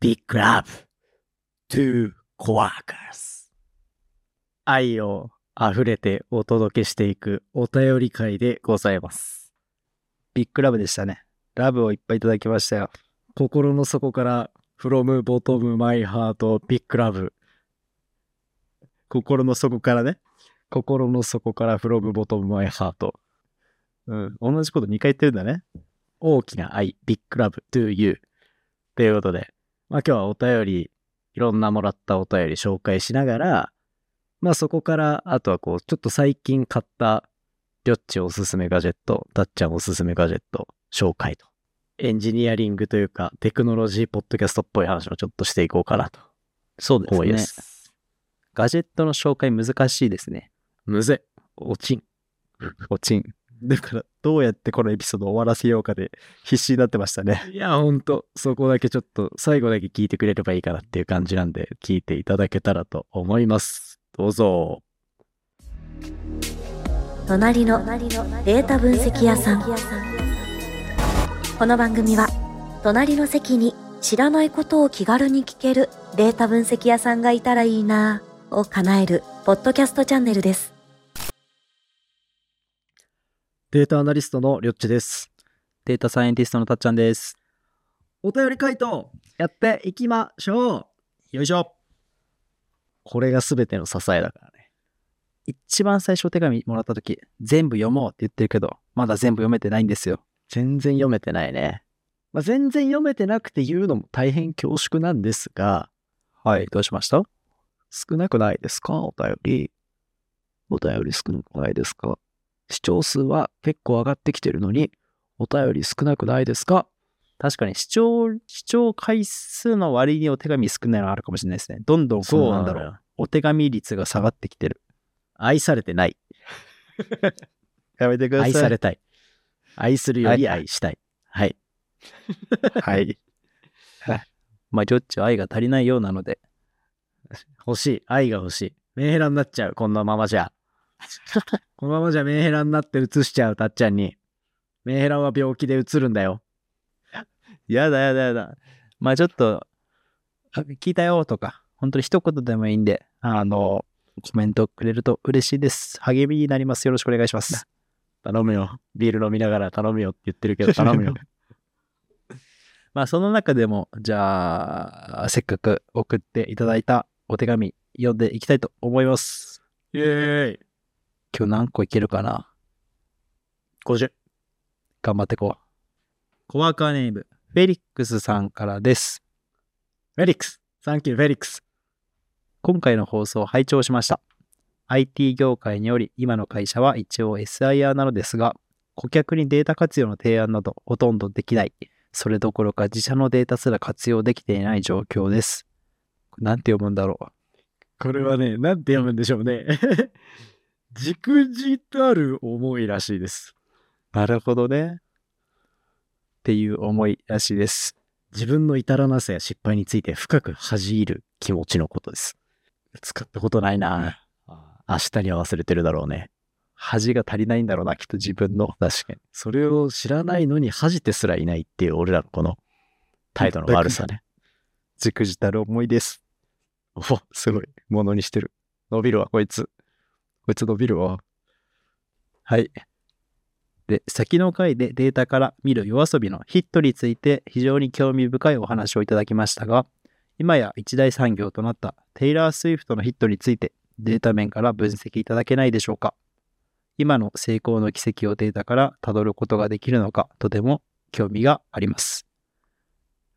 big love to coworkers. 愛を溢れてお届けしていくお便り会でございます。ビッグラブでしたね。ラブをいっぱいいただきましたよ。心の底から、from bottom my heart, big love。心の底からね。心の底から from bottom my heart。うん。同じこと2回言ってるんだね。大きな愛、ビッグラブ to you。ということで、まあ今日はお便り、いろんなもらったお便り紹介しながら、まあそこから、あとはこう、ちょっと最近買った、りょっちおすすめガジェット、たっちゃんおすすめガジェット、紹介と。エンジニアリングというか、テクノロジーポッドキャストっぽい話をちょっとしていこうかなと。そうです思いねま。す。ガジェットの紹介難しいですね。むぜ、おちん。おちん。だから、どうやってこのエピソードを終わらせようかで必死になってましたね。いや、ほんと、そこだけちょっと、最後だけ聞いてくれればいいかなっていう感じなんで、聞いていただけたらと思います。どうぞ。隣のデータ分析屋さんこの番組は隣の席に知らないことを気軽に聞けるデータ分析屋さんがいたらいいなぁを叶えるポッドキャストチャンネルですデータアナリストのりょっちです。データサイエンティストのたっちゃんです。お便り回答、やっていきましょう。よいしょ。これが全ての支えだからね。一番最初お手紙もらった時、全部読もうって言ってるけど、まだ全部読めてないんですよ。全然読めてないね。まあ、全然読めてなくて言うのも大変恐縮なんですが、はい。どうしました少なくないですかお便り。お便り少なくないですか視聴数は結構上がってきてるのに、お便り少なくないですか確かに視聴、視聴回数の割にお手紙少ないのあるかもしれないですね。どんどんこうなんだろう。う。お手紙率が下がってきてる。愛されてない。やめてく愛されれたい。愛するより愛したい。はい。 はい。まあ、ジョッチは愛が足りないようなので、欲しい。愛が欲しい。メンヘラになっちゃう。このまま じゃ。このままじゃメンヘラになって移しちゃう、たっちゃんに。メンヘラは病気で移るんだよ。やだやだやだ。まあちょっと、あ聞いたよとか、本当に一言でもいいんで、あの、コメントくれると嬉しいです。励みになります。よろしくお願いします。頼むよ。ビール飲みながら頼むよって言ってるけど、頼むよ。 まあその中でも、じゃあ、せっかく送っていただいたお手紙読んでいきたいと思います。イェーイ。今日何個いけるかな50。頑張ってこう。コワーカーネーム、フェリックスさんからです。フェリックス。サンキュー、フェリックス。今回の放送を拝聴しました。IT 業界により今の会社は一応 SIR なのですが、顧客にデータ活用の提案などほとんどできない。それどころか自社のデータすら活用できていない状況です。これなんて読むんだろう。これはね、なんて読むんでしょうね。 じくじたる思いらしいです。なるほどね。っていう思いらしいです。自分の至らなさや失敗について深く恥じる気持ちのことです。使ったことないな。明日には忘れてるだろうね。恥が足りないんだろうな、きっと自分の。確かに。それを知らないのに恥じてすらいないっていう俺らのこの態度の悪さね。じくじたる思いです。おすごい。ものにしてる。伸びるわ、こいつ。こいつ伸びるわ。はい。で、先の回でデータから見る夜遊びのヒットについて非常に興味深いお話をいただきましたが、今や一大産業となったテイラー・スウィフトのヒットについてデータ面から分析いただけないでしょうか今の成功の軌跡をデータからたどることができるのかとても興味があります。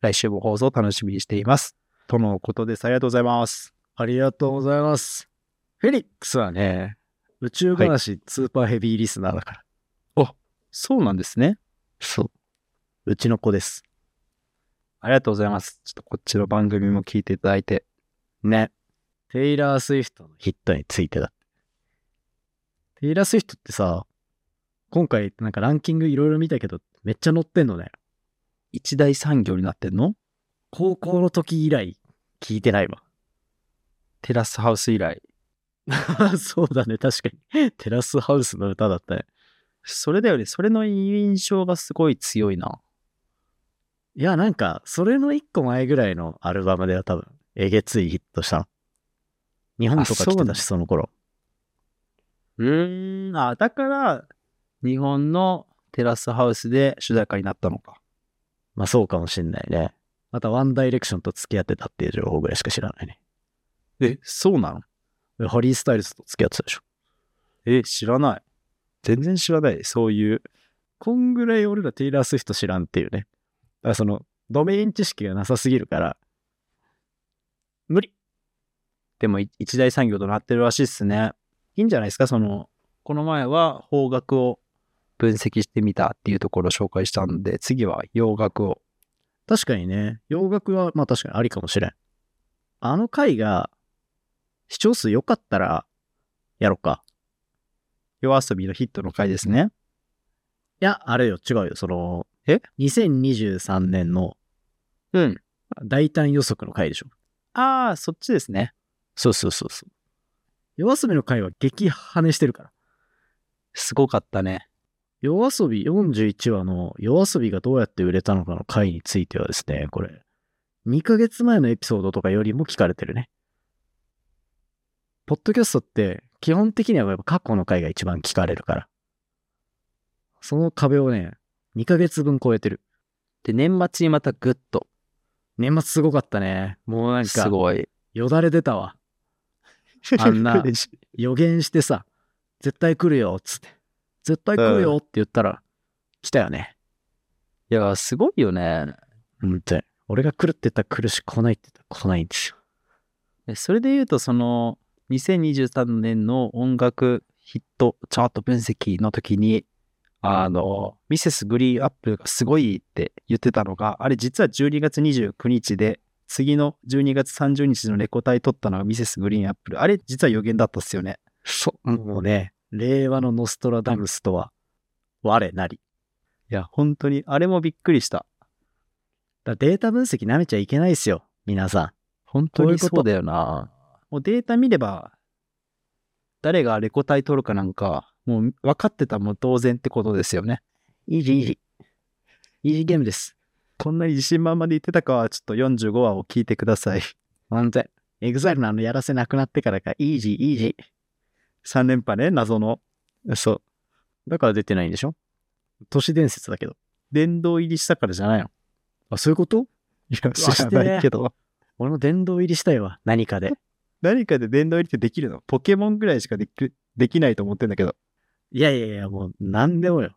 来週も放送楽しみにしています。とのことです。ありがとうございます。ありがとうございます。フェリックスはね、宇宙話、スーパーヘビーリスナーだから。そうなんですね。そう。うちの子です。ありがとうございます。ちょっとこっちの番組も聞いていただいて。ね。テイラー・スウィフトのヒットについてだって。テイラー・スウィフトってさ、今回なんかランキングいろいろ見たけど、めっちゃ載ってんのね。一大産業になってんの高校の時以来、聞いてないわ。テラスハウス以来。 そうだね、確かに。テラスハウスの歌だったね。それだよね。それの印象がすごい強いな。いや、なんか、それの一個前ぐらいのアルバムでは多分、えげついヒットしたの。日本とか来あそてうなたんし、その頃。うーん、あ、だから、日本のテラスハウスで主題歌になったのか。まあそうかもしんないね。またワンダイレクションと付き合ってたっていう情報ぐらいしか知らないね。え、そうなのでハリー・スタイルズと付き合ってたでしょ。え、知らない。全然知らない。そういう。こんぐらい俺らテイラー・スウィフト知らんっていうね。だからその、ドメイン知識がなさすぎるから、無理。でも、い一大産業となってるらしいっすね。いいんじゃないですかその、この前は邦楽を分析してみたっていうところを紹介したんで、次は洋楽を。確かにね、洋楽はまあ確かにありかもしれん。あの回が、視聴数良かったら、やろうか。夜遊びのヒットの回ですね。いや、あれよ、違うよ、その、え ?2023 年のうん。大胆予測の回でしょ。ああ、そっちですね。そうそうそうそう。夜遊びの回は激跳ねしてるから。すごかったね。夜遊び41話の夜遊びがどうやって売れたのかの回についてはですね、これ、2ヶ月前のエピソードとかよりも聞かれてるね。ポッドキャストって基本的にはやっぱ過去の回が一番聞かれるから。その壁をね、2ヶ月分超えてる。で、年末にまたグッと。年末すごかったね。もうなんすか、ごい。よだれ出たわ。あんな 嬉しい予言してさ、絶対来るよ、つって。絶対来るよって言ったら、来たよね。いや、すごいよね。本当に。俺が来るって言ったら来るし、来ないって言ったら来ないんですよ。えそれで言うと、その、2023年の音楽ヒットチャート分析の時に、あの、ミセスグリーンアップルがすごいって言ってたのが、あれ実は12月29日で、次の12月30日のレコ大取ったのがミセスグリーンアップル。あれ実は予言だったっすよね。そう。もうね、令和のノストラダムスとは、我なり。いや、本当に、あれもびっくりした。だからデータ分析舐めちゃいけないですよ、皆さ本当こういにうこそとうだよな。もうデータ見れば、誰がレコ大取るかなんか、もう分かってたも同然ってことですよね。ん。イージーイージー。イージーゲームです。こんなに自信満々で言ってたかは、ちょっと45話を聞いてください。本当に。エグザイルのあのやらせなくなってからか、イージーイージ3連覇ね、謎の。ー。そう。だから出てないんでしょ都市伝説だけど。殿堂入りしたからじゃないの。あ、そういうこといや、知知ららなないいけけど。俺も殿堂入りしたいわ、何かで。何かで殿堂入りってできるのポケモンぐらいしかできるできないと思ってんだけど。いやいやいや、もう何でもよ。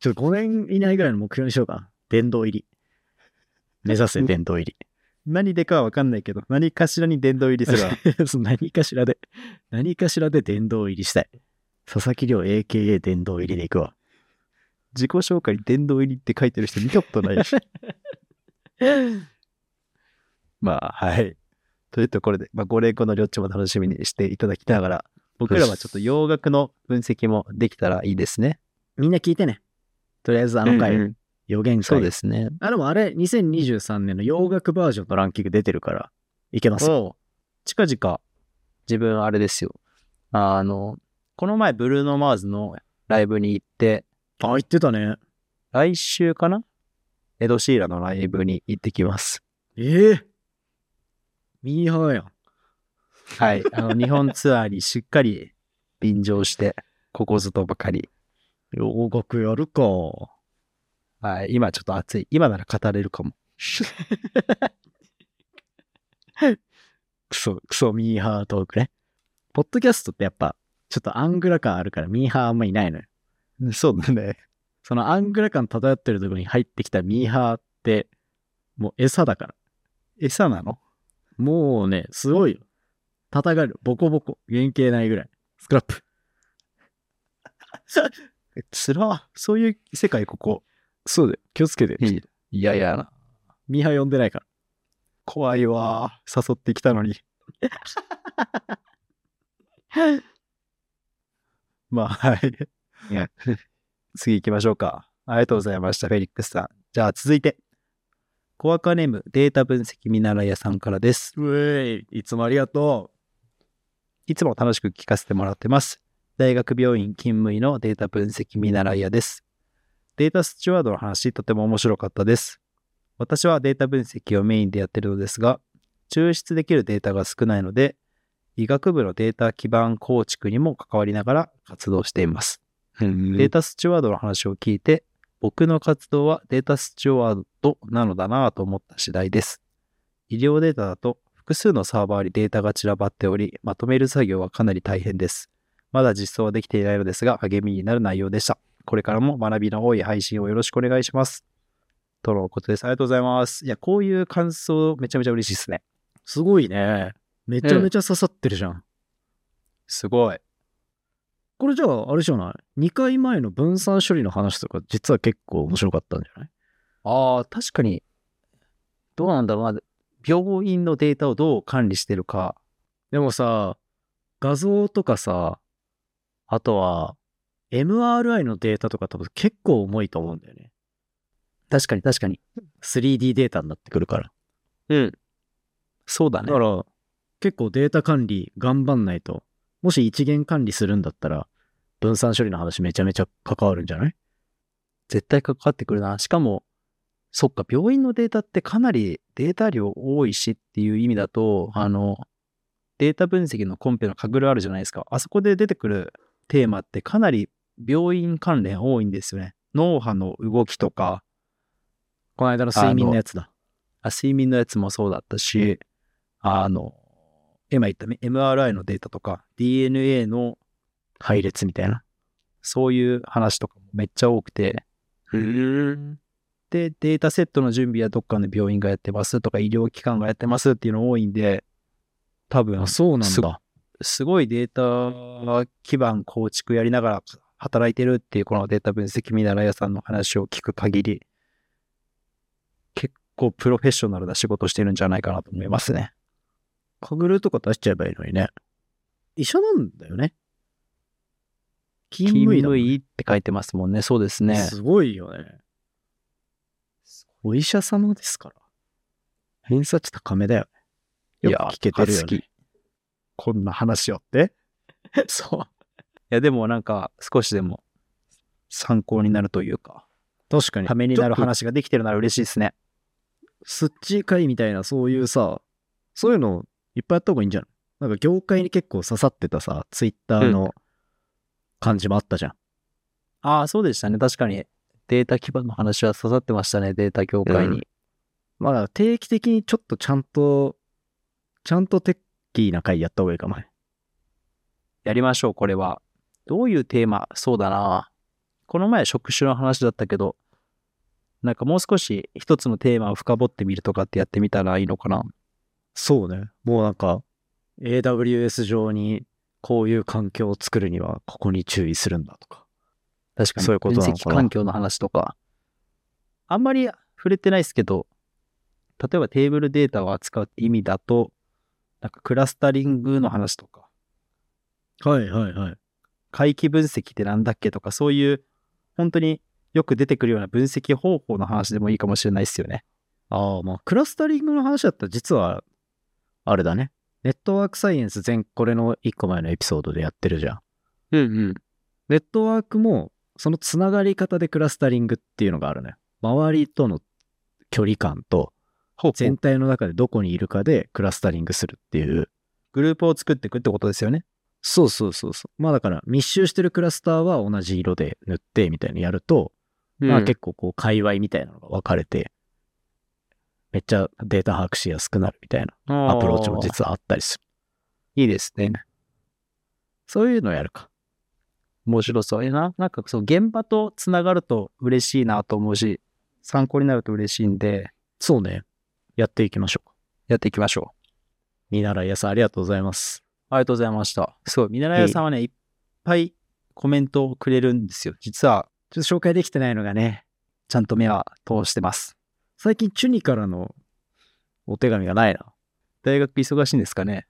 ちょっと5年以内ぐらいの目標にしようかな。殿堂入り。目指せ、殿堂入何でかは分かんないけど、何かしらに殿堂入りす るわ。り。 そう何かしらで、何かしらで殿堂入りしたい。佐々木亮 AKA 殿堂入りでいくわ。自己紹介に殿堂入りって書いてる人見たことないし。 まあ、はい。というところで、まあ、5連後の両ちも楽しみにしていただきながら、僕らはちょっと洋楽の分析もできたらいいですね。みんな聞いてね。とりあえずあの回、うんうん予言会。。そうですすね。あ、でもあれ、2023年の洋楽バージョンのランキング出てるから、いけますよ。そう。近々、自分あれですよ。あの、この前、ブルーノ・マーズのライブに行って、あ、言ってたね。来週かなエド・シーラのライブに行ってきます。ええミーハーやん。はい。あの、日本ツアーにしっかり便乗して、ここずとばかり。洋楽やるか。はい。今ちょっと暑い。今なら語れるかも。クソ、クソミーハートークね。ポッドキャストってやっぱ、ちょっとアングラ感あるからミーハーあんまいないのよ。そうだね。そのアングラ感漂ってるとこに入ってきたミーハーって、もう餌だから。餌なのもうね、すごいよ。叩かれる。ボコボコ。原型ないぐらい。スクラップ。えつら。そういう世界、ここ。そうだよ。気をつけて。いやいやな。ミーハー呼んでないから。怖いわ。誘ってきた のに。まあ、はい。いや 次行きましょうか。ありがとうございました、フェリックスさん。じゃあ続いて。コアカネームデータ分析見習い屋さんからです。うえい。いつもありがといつも楽しく聞かせてもらってます。大学病院勤務医のデータ分析見習い屋です。データスチュワードの話、とても面白かったです。私はデータ分析をメインでやってるのですが、抽出できるデータが少ないので、医学部のデータ基盤構築にも関わりながら活動しています。データスチュワードの話を聞いて、僕の活動はデータスチュワードなのだなぁと思った次第です。医療データだと複数のサーバーにデータが散らばっており、まとめる作業はかなり大変です。まだ実装はできていないのですが、励みになる内容でした。これからも学びの多い配信をよろしくお願いします。とのことです。ありがとうございます。いや、こういう感想めちゃめちゃ嬉しいですね。すごいね。めちゃめちゃ刺さってるじゃん。すごい。これじゃあ、あれじゃない2回前の分散処理の話とか、実は結構面白かったんじゃないああ、確かに、どうなんだろうな。病院のデータをどう管理してるか。でもさ、画像とかさ、あとは、MRI のデータとか多分結構重いと思うんだよね。確かに確かに。 3D データになってくるから。うん。そうだだねか。ら、結構データ管理頑張んないと、もし一元管理するんだったら、分散処理の話めちゃめちゃ関わるんじゃない絶対かかってくるな。しかも、そっか、病院のデータってかなりデータ量多いしっていう意味だと、あの、データ分析のコンペのカグルあるじゃないですか。あそこで出てくるテーマってかなり病院関連多いんですよね。脳波の動きとか、この間の睡眠のやつだ。あ睡眠のやつもそうだったし、あの、今言ったね MRI のデータとか、DNA の配列みたいな。そういう話とかもめっちゃ多くて、で、データセットの準備はどっかの病院がやってますとか、医療機関がやってますっていうの多いんで、多分あ、、そうなんすだ。すごいデータ基盤構築やりながら働いてるっていう、このデータ分析見習い屋さんの話を聞く限り、結構プロフェッショナルな仕事してるんじゃないかなと思いますね。カグルとか出しちゃえばいいのにね。一緒なんだよね。勤勤務医だも務んね医って書いてますもんね。そうですね。すごいよね。お医者様ですから。偏差値高めだよね。よく聞けてるいよや好ねき。こんな話をって。そう。いや、でもなんか少しでも参考になるというか、確かに。ためになるちょっ話ができてるなら嬉しいですね。と。スッチー会みたいな、そういうさ、そういうのいっぱいやった方がいいんじゃないなんか業界に結構刺さってたさ、ツイッターの感じもあったじゃん。ああ、そうでしたね。確かに。データ基盤の話は刺さってましたね。データ業界に。まあ、定期的にちょっとちゃんと、ちゃんとテッキーな会やった方がいいかもね。やりましょう、これは。どういうテーマそうだな。この前職種の話だったけど、なんかもう少し一つのテーマを深掘ってみるとかってやってみたらいいのかな。そうね。もうなんか、AWS 上にこういう環境を作るには、ここに注意するんだとか。確かに。そういうことな分のか析な環境の話とか。あんまり触れてないですけど、例えばテーブルデータを扱うって意味だと、なんかクラスタリングの話とか、はいはいはい。回帰分析ってなんだっけとか、そういう、本当によく出てくるような分析方法の話でもいいかもしれないですよね。ああ、まあ、クラスタリングの話だったら、実は、あれだね。ネットワークサイエンス全、これの一個前のエピソードでやってるじゃん。うんうん。ネットワークも、そのつながり方でクラスタリングっていうのがあるね。周りとの距離感と、ほう全体の中でどこにいるかでクラスタリングするっていう。グループを作っていくってことですよね。そうそうそうそう。まあだから密集してるクラスターは同じ色で塗ってみたいにやると、まあ結結構こう界隈みたいなのが分かれて、めっちゃデータ把握しやすくなるみたいな構アプローチも実はあったりする。いいですね。そういうのやるか。面白そうやな。なんかそう、現場とつながると嬉しいなと思うし、参考になると嬉しいんで、そうね。やっていきましょう。やっていきましょ見習い屋さんありがとうございます。う。ありがとうございました。すごい。見習い屋さんはね、いっぱいコメントをくれるんですよ。実は、ちょっと紹介できてないのがね、ちゃんと目は通してます。最近チュニからのお手紙がないな。大学忙しいんですかね。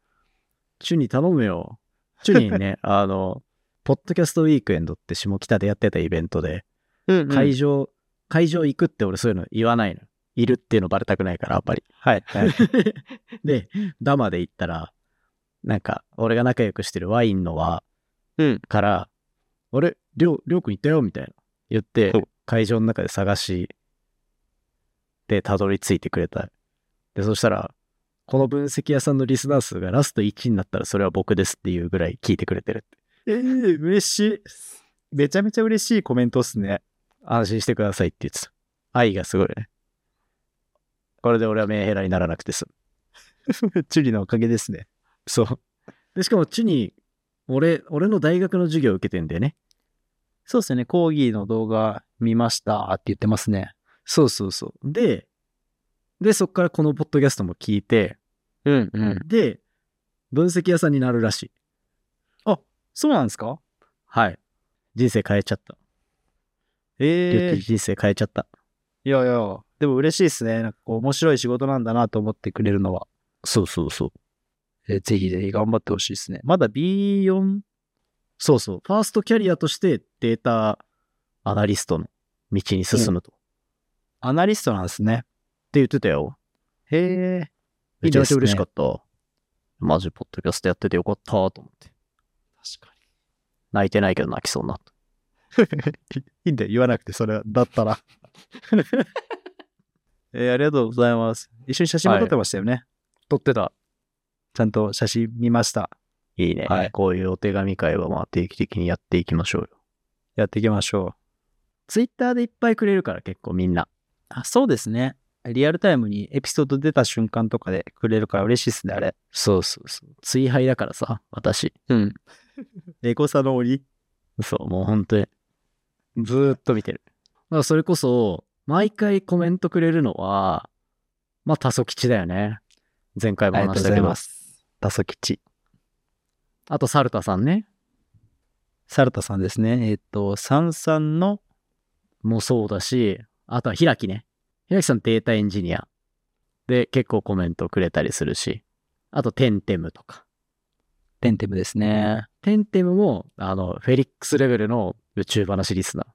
チュニ頼むよ。チュニ にね、あの、ポッドキャストウィークエンドって下北でやってたイベントで、うん、会場、会場行くって俺そういうの言わないの。いるっていうのバレたくないから、あんまり。 はい。はい。で、ダマで行ったら、なんか、俺が仲良くしてるワインの輪うんから、あれ、りょう、りょうくん行ったよみたいな。言ってそう、会場の中で探し、で、たどり着いてくれた。で、そしたら、この分析屋さんのリスナー数がラスト1になったらそれは僕ですっていうぐらい聞いてくれてるって。えー、嬉しい。めちゃめちゃ嬉しいコメントっすね。安心してくださいって言ってた。愛がすごいね。これで俺はメンヘラにならなくて済む。 チュリのおかげですね。そう。で、しかもチュニー、俺、俺の大学の授業を受けてんだよね。そうですね。講義の動画見ましたって言ってますね。そうそうそう。で、で、そっからこのポッドキャストも聞いて、うんうん。で、分析屋さんになるらしい。そうなんですかはい。人生変えちゃった。えリュウキ人生変えちゃった。いやいや、でも嬉しいですね。なんかこう面白い仕事なんだなと思ってくれるのは。そうそうそう。えーぜひぜひ頑張ってほしいですね。まだ B4? そうそう。ファーストキャリアとしてデータアナリストの道に進むと。っアナリストなんですね。て言ってたよ。へえ。めちゃめちゃ嬉しかっった。マジポッドキャストやっててよかったと思って。た。確か泣いてないけど泣きそうになった。に。いいんだよ、言わなくて、それだったら。 えーありがとうございます。一緒に写真も撮ってましたよね。撮ってた。ちゃんと写真見ました。いいね。はいこういうお手紙会はまあ定期的にやっていきましょうよ。やっていきましょう。ツイッターでいっぱいくれるから結構みんな。あそうですね。リアルタイムにエピソード出た瞬間とかでくれるから嬉しいですね、あれ。そうそうそう。追敗だからさ、私。うん。エゴサの鬼そう、もう本当に。ずーっと見てる。まあそれこそ、毎回コメントくれるのは、まあ、多ソ吉だよね。前回もありが話とうしございたけど。あます。タソ吉。と、サルタさんね。サルタさんですね。えっ、と、サンさんの、もそうだし、あとは、ひらきね。ひらきさんデータエンジニア。で、結構コメントくれたりするし。あと、テンテムとか。テンテムですね。テンテムも、あの、フェリックスレベルの宇宙話リスナー。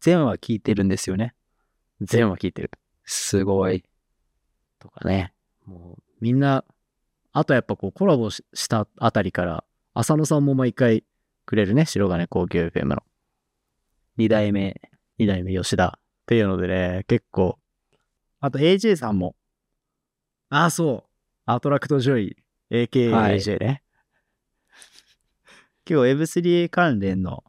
全話聞いてるんですよね。全話聞いてる。すごい。とかね。もう、みんな、あとやっぱこう、コラボししたあたりから、浅野さんも毎回くれるね。白金高級 FM の。二代目。二代目吉田っていうのでね、結構、あと AJ さんも。ああ、そう。アトラクトジョイ、はい AKAJ ね。今日 Web3 関連の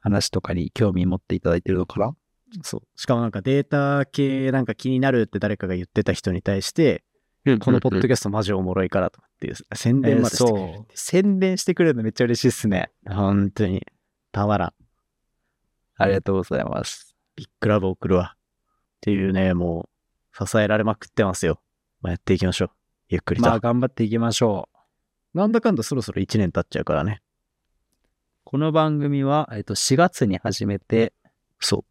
話とかに興味持っていただいてるのかなそう。しかもなんかデータ系なんか気になるって誰かが言ってた人に対して、このポッドキャストマジおもろいからとかっていう宣伝までしてくれる、そう。宣伝してくれるのめっちゃ嬉しいっすね。本当に、たまらん。ありがとうございます。ビッグラブ送るわ。っていうね、もう、支えられまくってますよ。まあ、やっていきましょう。ゆっくりと。まあ頑張っていきましょう。なんだかんだそろそろ1年経っちゃうからね。この番組は、えっと、4月に始めて、そう。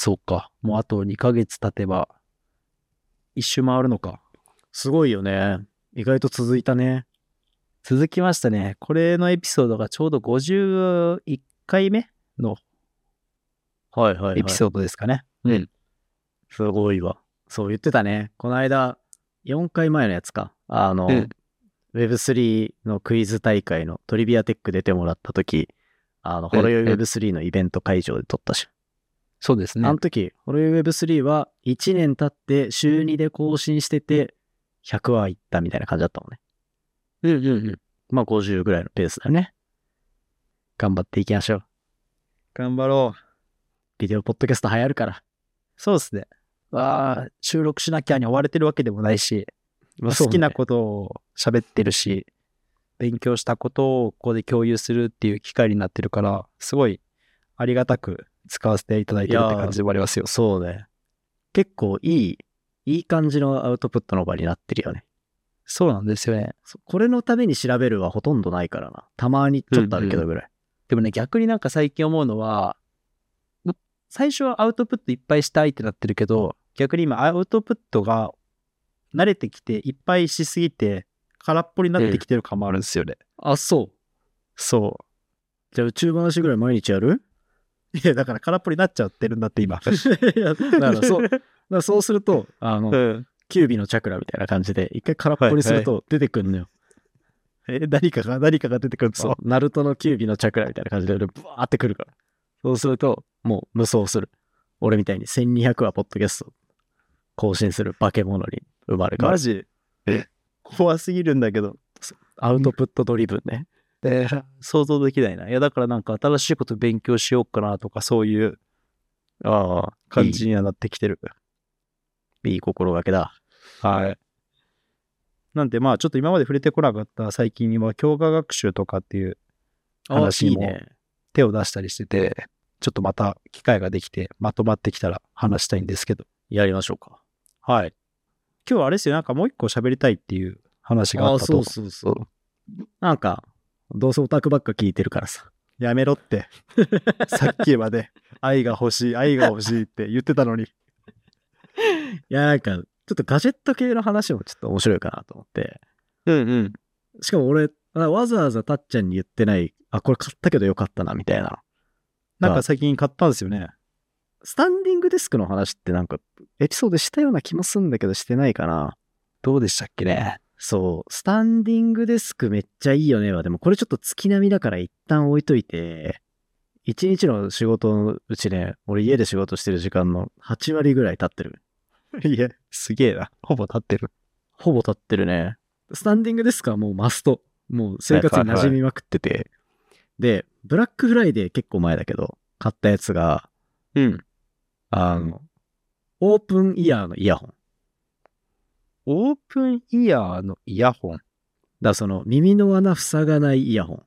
そうか。もうあと2ヶ月経てば、一周回るのか。すごいよね。意外と続いたね。続きましたね。これのエピソードがちょうど51回目のはいはい、はい。エピソードですかね。すごいわ。そう言ってたね。この間、4回前のやつか。あの、うん Web3 のクイズ大会のトリビアテック出てもらった時、あの、うんホロヨイ Web3 のイベント会場で撮ったし。そうですあの時、ホロヨイ Web3 は1年経って週2で更新してて、100はいったみたいな感じだったもんね。うんうんうん。まあ50ぐらいのペースだよね。頑張っていきましょう。頑張ろう。ビデオポッドキャスト流行るから。そうですね。わあ、収録しなきゃに追われてるわけでもないし、まあ好きな子ことを喋ってるし、勉強したことをここで共有するっていう機会になってるから、すごいありがたく使わせていただいてるって感じでもありますよ。そうね。結構いい、いい感じのアウトプットの場になってるよね。そうなんですよね。そこれのために調べるはほとんどないからな。たまにちょっとあるけどぐらい。でもね、逆になんか最近思うのは、最初はアウトプットいっぱいしたいってなってるけど、逆に今アウトプットが慣れてきて、いっぱいしすぎて、空っぽになってきてる感もあるんですよね。あ、そう。そじゃあ宇宙話ぐらい毎日やる う。いや、だから空っぽになっちゃってるんだって今。 いやだからそう、だからそうすると、あの、うん。キュービのチャクラみたいな感じで、一回空っぽにすると出てくんのよ。え、何かが、何かが出てくるそう。ナルトのキュービのチャクラみたいな感じで、俺ブワーってくるから。そうすると、もう無双する。俺みたいに1200話ポッドキャスト更新する化け物に生まれ変わマる。ジ怖すぎるんだけど、アウトプットドリブンね。え想像できないな。いや、だからなんか新しいこと勉強しようかなとか、そういうああ、感じにはなってきてる。いい心がけだ。はい。なんでまあ、ちょっと今まで触れてこなかった最近には、教科学習とかっていう話にいいもね手を出したりしてて、ちょっとまた機会ができて、まとまってきたら話したいんですけど。やりましょうか。はい。今日はあれですよ、なんかもう一個喋りたいっていう話がああっあ、たそとう。そうそう。なんか、どうせオタクばっか聞いてるからさ。やめろ って。さっきまで、愛が欲しい、愛が欲しいって言ってた のに。いや、なんか、ちょっとガジェット系の話もちょっと面白いかなと思って。うんうん。しかも俺、あわざわざたっちゃんに言ってない、あ、これ買ったけどよかったな、みたいな。なんか最近買ったんですよね。スタンディングデスクの話ってなんか、エピソードしたような気もすんだけど、してないかな。どうでしたっけね。そう、スタンディングデスクめっちゃいいよねは、でもこれちょっと月並みだから一旦置いといて、一日の仕事のうちね、俺家で仕事してる時間の8割ぐらい経ってる。 いや、すげえな。ほぼ立ってる。ほぼ経ってるね。スタンディングデスクはもうマスト。もう生活に馴染みまくってて。で、ブラックフライデー結構前だけど、買ったやつが、うん。あの、オープンイヤーのイヤホン。オープンイヤーのイヤホン。だからその耳の穴塞がないイヤホン。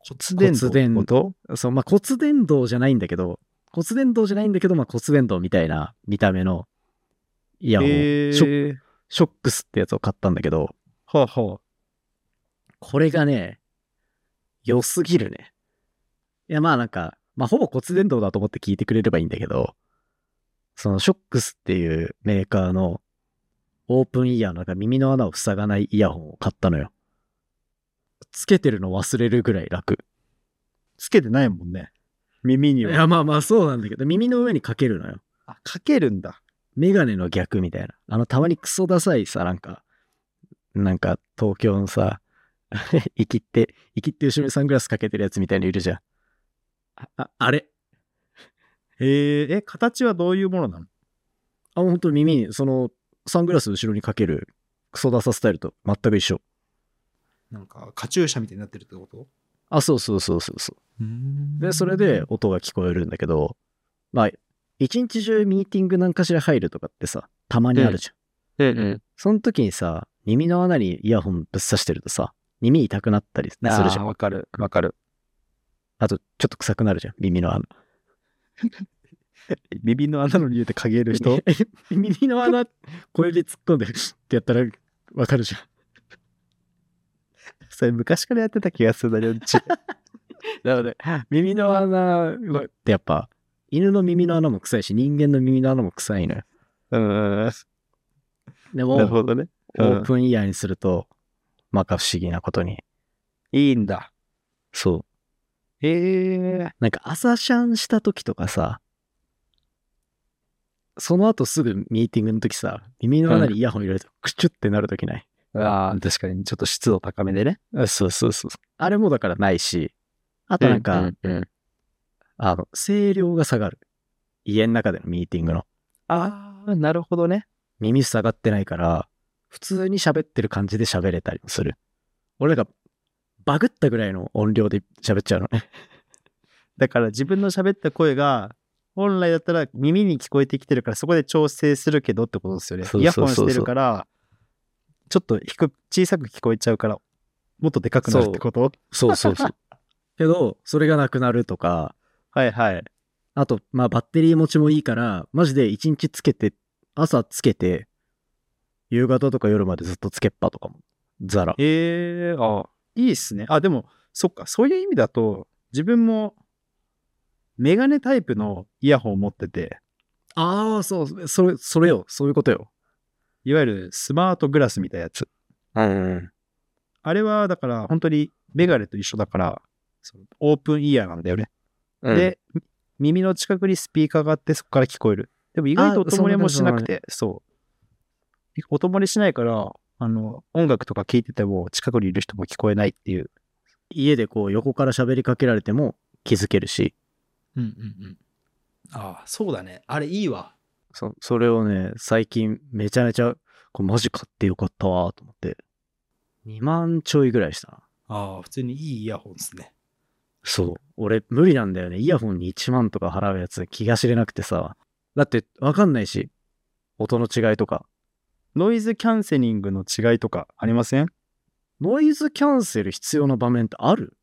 骨伝導骨伝のことそう、まあ、骨伝導じゃないんだけど、骨伝導じゃないんだけど、まあ、骨伝導みたいな見た目のイヤホン、えショー、ショックスってやつを買ったんだけど、はあはあ。これがね、良すぎるね。いや、まあなんか、まあほぼ骨伝導だと思って聞いてくれればいいんだけど、そのショックスっていうメーカーのオープンイヤーのなんか耳の穴を塞がないイヤホンを買ったのよ。つけてるの忘れるぐらい楽。つけてないもんね。耳いには。や、まあまあそうなんだけど、耳の上にかけるのよ。あ、かけるんだ。メガネの逆みたいな。あの、たまにクソダサいさ、なんか、なんか、東京のさ、 生きって、生きって後ろにサングラスかけてるやつみたいのいるじゃん。あ、ああれえー、え、形はどういうものなのあ、ほんと耳に、その、サングラス後ろにかけるクソダサスタイルと全く一緒。なんか、カチューシャみたいになってるってことあ、そうそうそうそうそうう。んで、それで、音が聞こえるんだけど、まあ、一日中ミーティングなんかしら入るとかってさ、たまにあるじゃんうんうん。その時にさ、耳の穴にイヤホンぶっ刺してるとさ、耳痛くなったりするじゃん。あわかる。わかる。と、ちょっと臭くなるじゃん、耳の穴。耳の穴の理由ってかける 人 耳の穴、これで突っ込んで、ってやったらわかるじゃん。それ昔からやってた気がするんだけど、ちなので、耳の穴ってやっぱ、犬の耳の穴も臭いし、人間の耳の穴も臭いのよ。うんうんうん。でなるも、ほどね。オープンイヤーにすると、まか不思議なことに。いいんだ。そう。へえ。なんか朝シャンした時とかさ、その後すぐミーティングの時さ、耳の穴にイヤホン入れるとクチュってなる時ない。ああ、確かに、ちょっと湿度高めでね。あそうそうそう。あれもだからないし、あとなんか、うんうんうんあの、声量が下がる。家の中でのミーティングの。ああ、なるほどね。耳塞がってないから、普通に喋ってる感じで喋れたりもする。俺なんか、バグったぐらいの音量で喋っちゃうのね。だから自分の喋った声が、本来だったら耳に聞こえてきてるから、そこで調整するけどってことですよね。そうイそヤうそホうンそうしてるから、ちょっと低く小さく聞こえちゃうから、もっとでかくなるってことそうそうそう。 けど、それがなくなるとか、はいはい。あと、まあ、バッテリー持ちもいいから、マジで一日つけて、朝つけて、夕方とか夜までずっとつけっぱとかも。ザラ。ええあいいっすね。あ、でも、そっか、そういう意味だと、自分も、メガネタイプのイヤホンを持ってて、ああ、そう、それ、それよ。そういうことよ。いわゆるスマートグラスみたいなやつ。うん。あれは、だから、本当にメガネと一緒だから、そのオープンイヤーなんだよね。で、で、み耳の近くにスピーカーがあって、そこから聞こえる。でも意外とあ音漏れもしなくて、そう。音漏れしないから、あの、音楽とか聴いてても、近くにいる人も聞こえないっていう。家でこう、横から喋りかけられても気づけるし、うんうんうん。ああ、そうだね。あれいいわ。そそれをね、最近めちゃめちゃ、これマジ買ってよかったわ、と思って。2万ちょいぐらいしたな。ああ、普通にいいイヤホンですね。そう。俺、無理なんだよね。イヤホンに1万とか払うやつ気が知れなくてさ。だって、わかんないし。音の違いとか。ノイズキャンセリングの違いとかありませんノイズキャンセル必要な場面ってある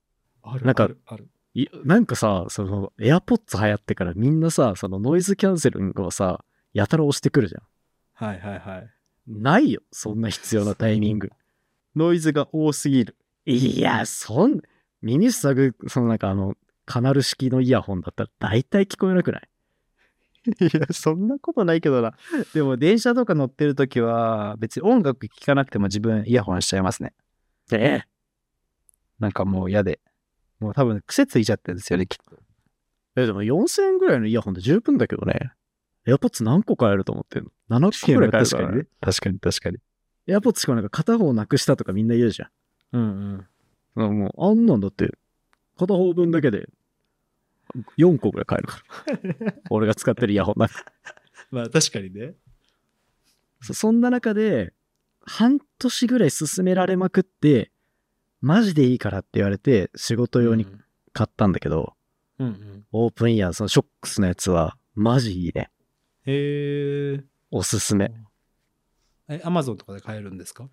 あるなんかあるある。いなんかさ、その、AirPods 流行ってからみんなさ、そのノイズキャンセリングをさ、やたら押してくるじゃん。はいはいはい。ないよ、そんな必要なタイミング。 ノイズが多すぎる。いや、そん、耳塞ぐ、そのなんかあの、カナル式のイヤホンだったら大体聞こえなくないいや、そんなことないけどな。でも電車とか乗ってる時は別に音楽聴かなくても自分イヤホンしちゃいますね。えなんかもう嫌で。もう多分癖ついちゃってるんですよね、きっと。え、でも4000円ぐらいのイヤホンで十分だけどね。エアポッツ何個買えると思ってんの ?7 個ぐらい買えるからね。確かに確かに。エアポッツしかもなんか片方なくしたとかみんな言うじゃん。うんうん。あもう、あんなんだって、片方分だけで、4個ぐらい買える から。俺が使ってるイヤホンなんかまあ確かにね。そそんな中で、半年ぐらい勧められまくって、マジでいいからって言われて、仕事用にうん買ったんだけど、うんうん。オープンイヤー、そのショックスのやつは、マジいいね。へえ。おすすめ。え、アマゾンとかで買えるんですか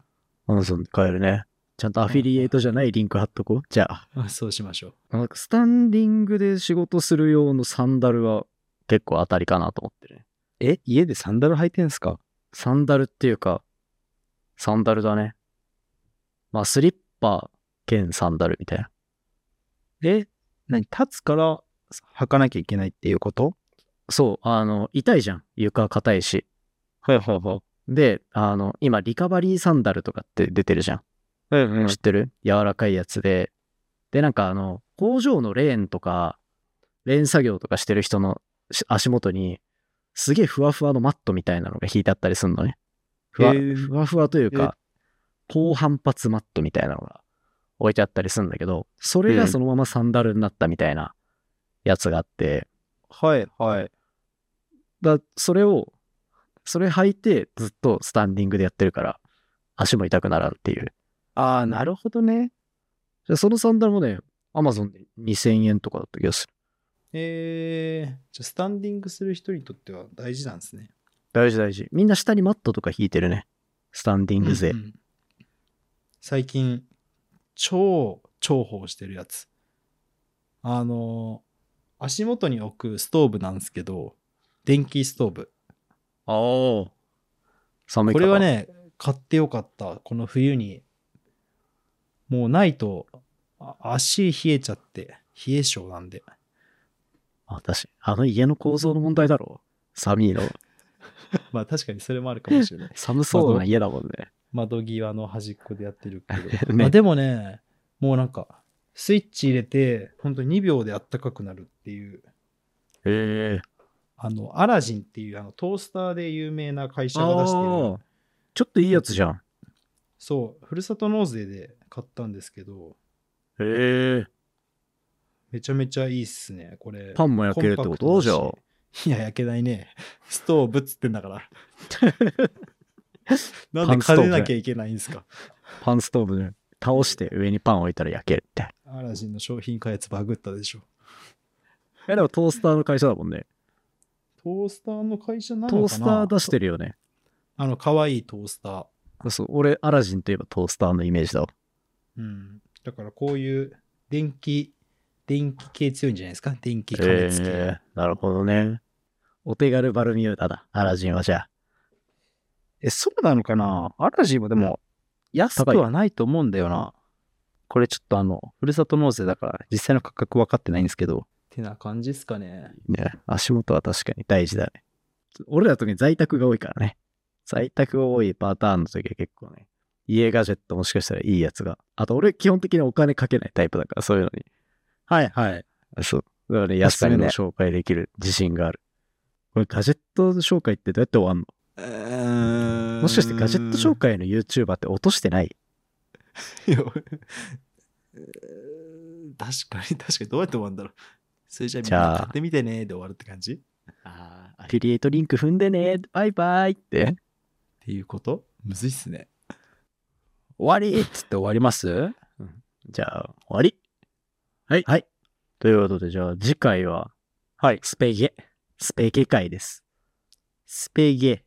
アマゾンで買えるね。ちゃんとアフィリエイトじゃないリンク貼っとこう。じゃあ、あそうしましょう。なんかスタンディングで仕事する用のサンダルは結構当たりかなと思ってるね。え、家でサンダル履いてんすかサンダルっていうか、サンダルだね。まあ、スリッパ兼サンダルみたいな。え、何立つから履かなきゃいけないっていうことそう、あの、痛いじゃん。床硬いし。はいはいはい。で、あの、今、リカバリーサンダルとかって出てるじゃん。うんうん知ってる柔らかいやつで。で、なんかあの、工場のレーンとか、レーン作業とかしてる人のし足元に、すげえふわふわのマットみたいなのが引いてあったりするのね。ふわ、へーふわふわというか、高反発マットみたいなのが置いてあったりするんだけど、それがそのままサンダルになったみたいなやつがあって、はいはい。だそれを、それ履いてずっとスタンディングでやってるから、足も痛くならんっていう。ああ、なるほどね。でそのサンダルもね、アマゾンで2000円とかだった気がする。えー、じゃあスタンディングする人にとっては大事なんですね。大事大事。みんな下にマットとか引いてるね。スタンディング勢。うんうん最近、超重宝してるやつ。あのー、足元に置くストーブなんですけど、電気ストーブ。ああ。寒いこから。れは。ね、買ってよかった。この冬に。もうないと、あ足冷えちゃって、冷え性なんで。私、あの家の構造の問題だろう。寒い の。まあ確かにそれもあるかもし れない。寒そうな家だもんね。窓際の端っこでやってるけど、ねまあでもねもうなんかスイッチ入れて本当に2秒であったかくなるっていうへえ。あのアラジンっていうあのトースターで有名な会社あが出してある。ちょっといいやつじゃん。そうふるさと納税で買ったんですけどへえ。めちゃめちゃいいっすねこれパンも焼けるってコこンパクとトじゃだしいや焼けないねストーブっつってんだから なんで兼ねなきゃいけないんですかあ。パンストーブね。倒して上にパン置いたら焼けるって。アラジンの商品開発バグったでしょいやでもトースターの会社だもんね。トースターの会社なのかトなースター出してるよね。あの、可愛いトースター。そう、俺、アラジンといえばトースターのイメージだわ。うん。だからこういう電気、電気系強いんじゃないですか電気加熱系。へえなるほどね。お手軽バルミューダだ。アラジンはじゃあ。え、そうなのかなアラジンもでも、安くはないと思うんだよな。これちょっとあの、ふるさと納税だから実際の価格分かってないんですけど。てな感じですかね。ね、足元は確かに大事だね。俺ら特に在宅が多いからね。在宅が多いパターンの時は結構ね、家ガジェットもしかしたらいいやつが。あと俺基本的にお金かけないタイプだから、そういうのに。はいはい。そう。だからね、確安かにめねの紹介できる自信がある。これガジェット紹介ってどうやって終わんのももしかしてガジェット紹介の YouTuber って落としてない介 確かに確かにどうやって終わるんだろう。それじゃあみんじゃなあ買ってみてねで終わるって感じあーアフィリエイトリンク踏んでね。バイバイって。ていうことむずいっすね。終わりっつって終わりますうんじゃあ、終わり。はいはい。ということで、じゃあ次回は、はい。スペゲ。スペゲ会です。スペゲ。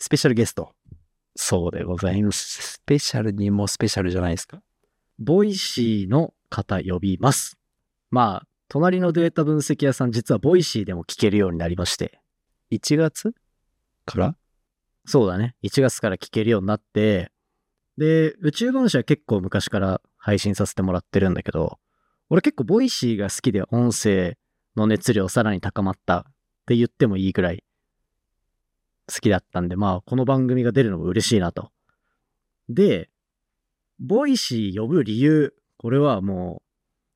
スペシャルゲスト。そうでございます。スペシャルにもスペシャルじゃないですか。ボイシーの方呼びます。まあ、隣のデータ分析屋さん、実はボイシーでも聞けるようになりまして、1月からそうだね。1月から聞けるようになって、で、宇宙話は結構昔から配信させてもらってるんだけど、俺結構ボイシーが好きで音声の熱量さらに高まったって言ってもいいくらい好きだったんで、まあ、この番組が出るのも嬉しいなと。で、ボイシー呼ぶ理由、これはも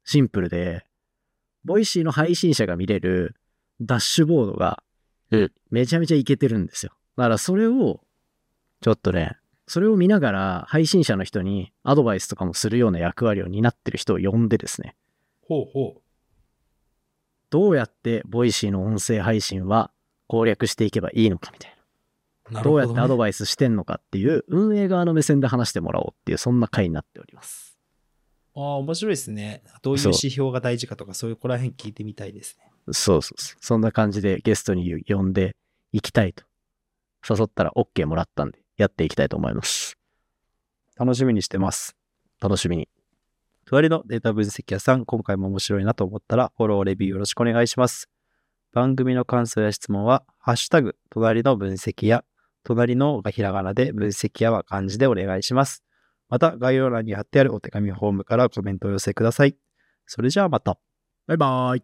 うシンプルで、ボイシーの配信者が見れるダッシュボードがうんめちゃめちゃイケてるんですよ。だからそれを、ちょっとね、それを見ながら配信者の人にアドバイスとかもするような役割を担ってる人を呼んでですね、ほうほどうやってボイシーの音声配信は攻略していけばいいのかみたいなう。なるどほうど、やね。ってアドバイスしてんのかっていう運営側の目線で話してもらおうっていうそんな回になっておりますああ、面白いですね。どういうそう指標が大事かとか、そういうここら辺聞いてみたいですね。そうそうそうそんな感じでゲストに呼んでいきたいと誘ったら OK もらったんでやっていきたいと思います楽しみにしてます。楽しみに隣のデータ分析屋さん、今回も面白いなと思ったら、フォロー、レビューよろしくお願いします。番組の感想や質問は、ハッシュタグ、隣の分析屋、隣のがひらがなで、分析屋は漢字でお願いします。また、概要欄に貼ってあるお手紙フォームからコメントを寄せください。それじゃあまた。バイバーイ